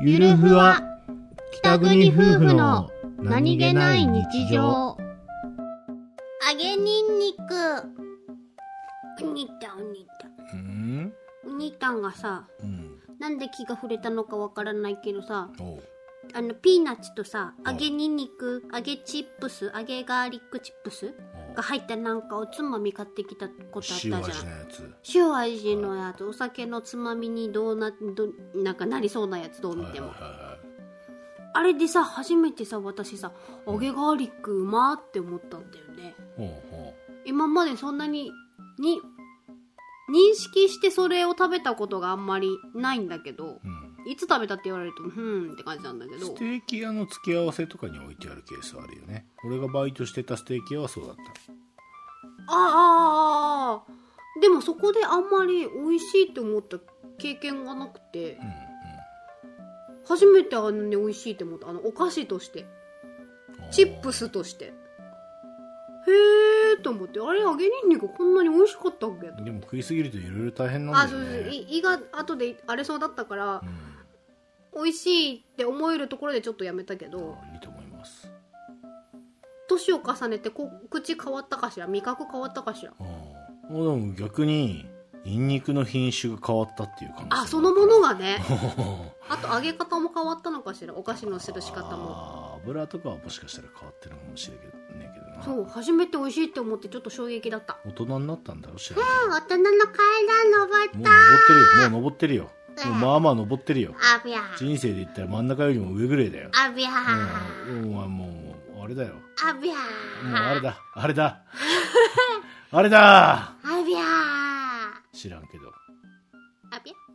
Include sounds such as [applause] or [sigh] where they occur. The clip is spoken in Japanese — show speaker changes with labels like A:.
A: ゆるふわ北国夫婦の
B: 揚げにんにくお兄ちゃんお兄ちゃん
A: うん
B: お兄ちゃんがさ
A: うん
B: なんで気が触れたのかわからないけどさ
A: おう
B: あのピーナッツとさ
A: うん
B: 揚げにんにく揚げチップス揚げガーリックチップス
A: おう
B: が入ったなんかおつまみ買ってきたことあったじ
A: 塩
B: ゃん
A: 味のやつ
B: 塩味のやつお酒のつまみにどうなどなんかなりそうなやつどう見ても
A: はいはいはい
B: あれでさ初めてさ私さ揚げガーリックうまーって思ったんだよね
A: ほうほ
B: 今までそんなにに認識してそれを食べたことがあんまりないんだけど
A: ううん
B: いつ食べたって言われるとうーんって感じなんだけど
A: ステーキ屋の付け合わせとかに置いてあるケースあるよね俺がバイトしてたステーキ屋はそうだっ
B: あーあーあーでもそこであんまり美味しいって思った経験がなくて
A: たうん
B: 初めてあのね美味しいって思ったあのお菓子として
A: うん
B: チップスとしてへえと思ってあれ揚げにんにくこんなに美味しかったっけ
A: でも食いすぎるといろいろ大変な
B: あ
A: んだ
B: そう
A: よ
B: そう
A: ね
B: い胃が後で荒れそうだったから
A: うん
B: 美味しいって思えるところでちょっとやめたけど
A: いいと思います
B: 年を重ねてこ口変わったかしら味覚変わったかしら
A: ああでも逆にニンニクの品種が変わったっていう感じ
B: あそのものがね
A: [laughs] が
B: あと揚げ方も変わったのかしらお菓子のする仕方も
A: あー油とかはもしかしたら変わってるかもしれないけどな
B: そう初めて美味しいって思ってちょっと衝撃だった
A: 大人になったんだろ知らない
B: 大人の階段
A: も
B: 登
A: う登ってるよもう登ってるよ
B: うん
A: もうまあまあ登ってるよ
B: あびゃ
A: 人生で言ったら真ん中よりも上ぐらいだよ
B: あびゃ
A: うんお前もうあれだよも
B: あびゃ
A: うあれだあれ
B: [laughs]
A: だあれだ
B: あびゃ
A: 知らんけど
B: あびゃ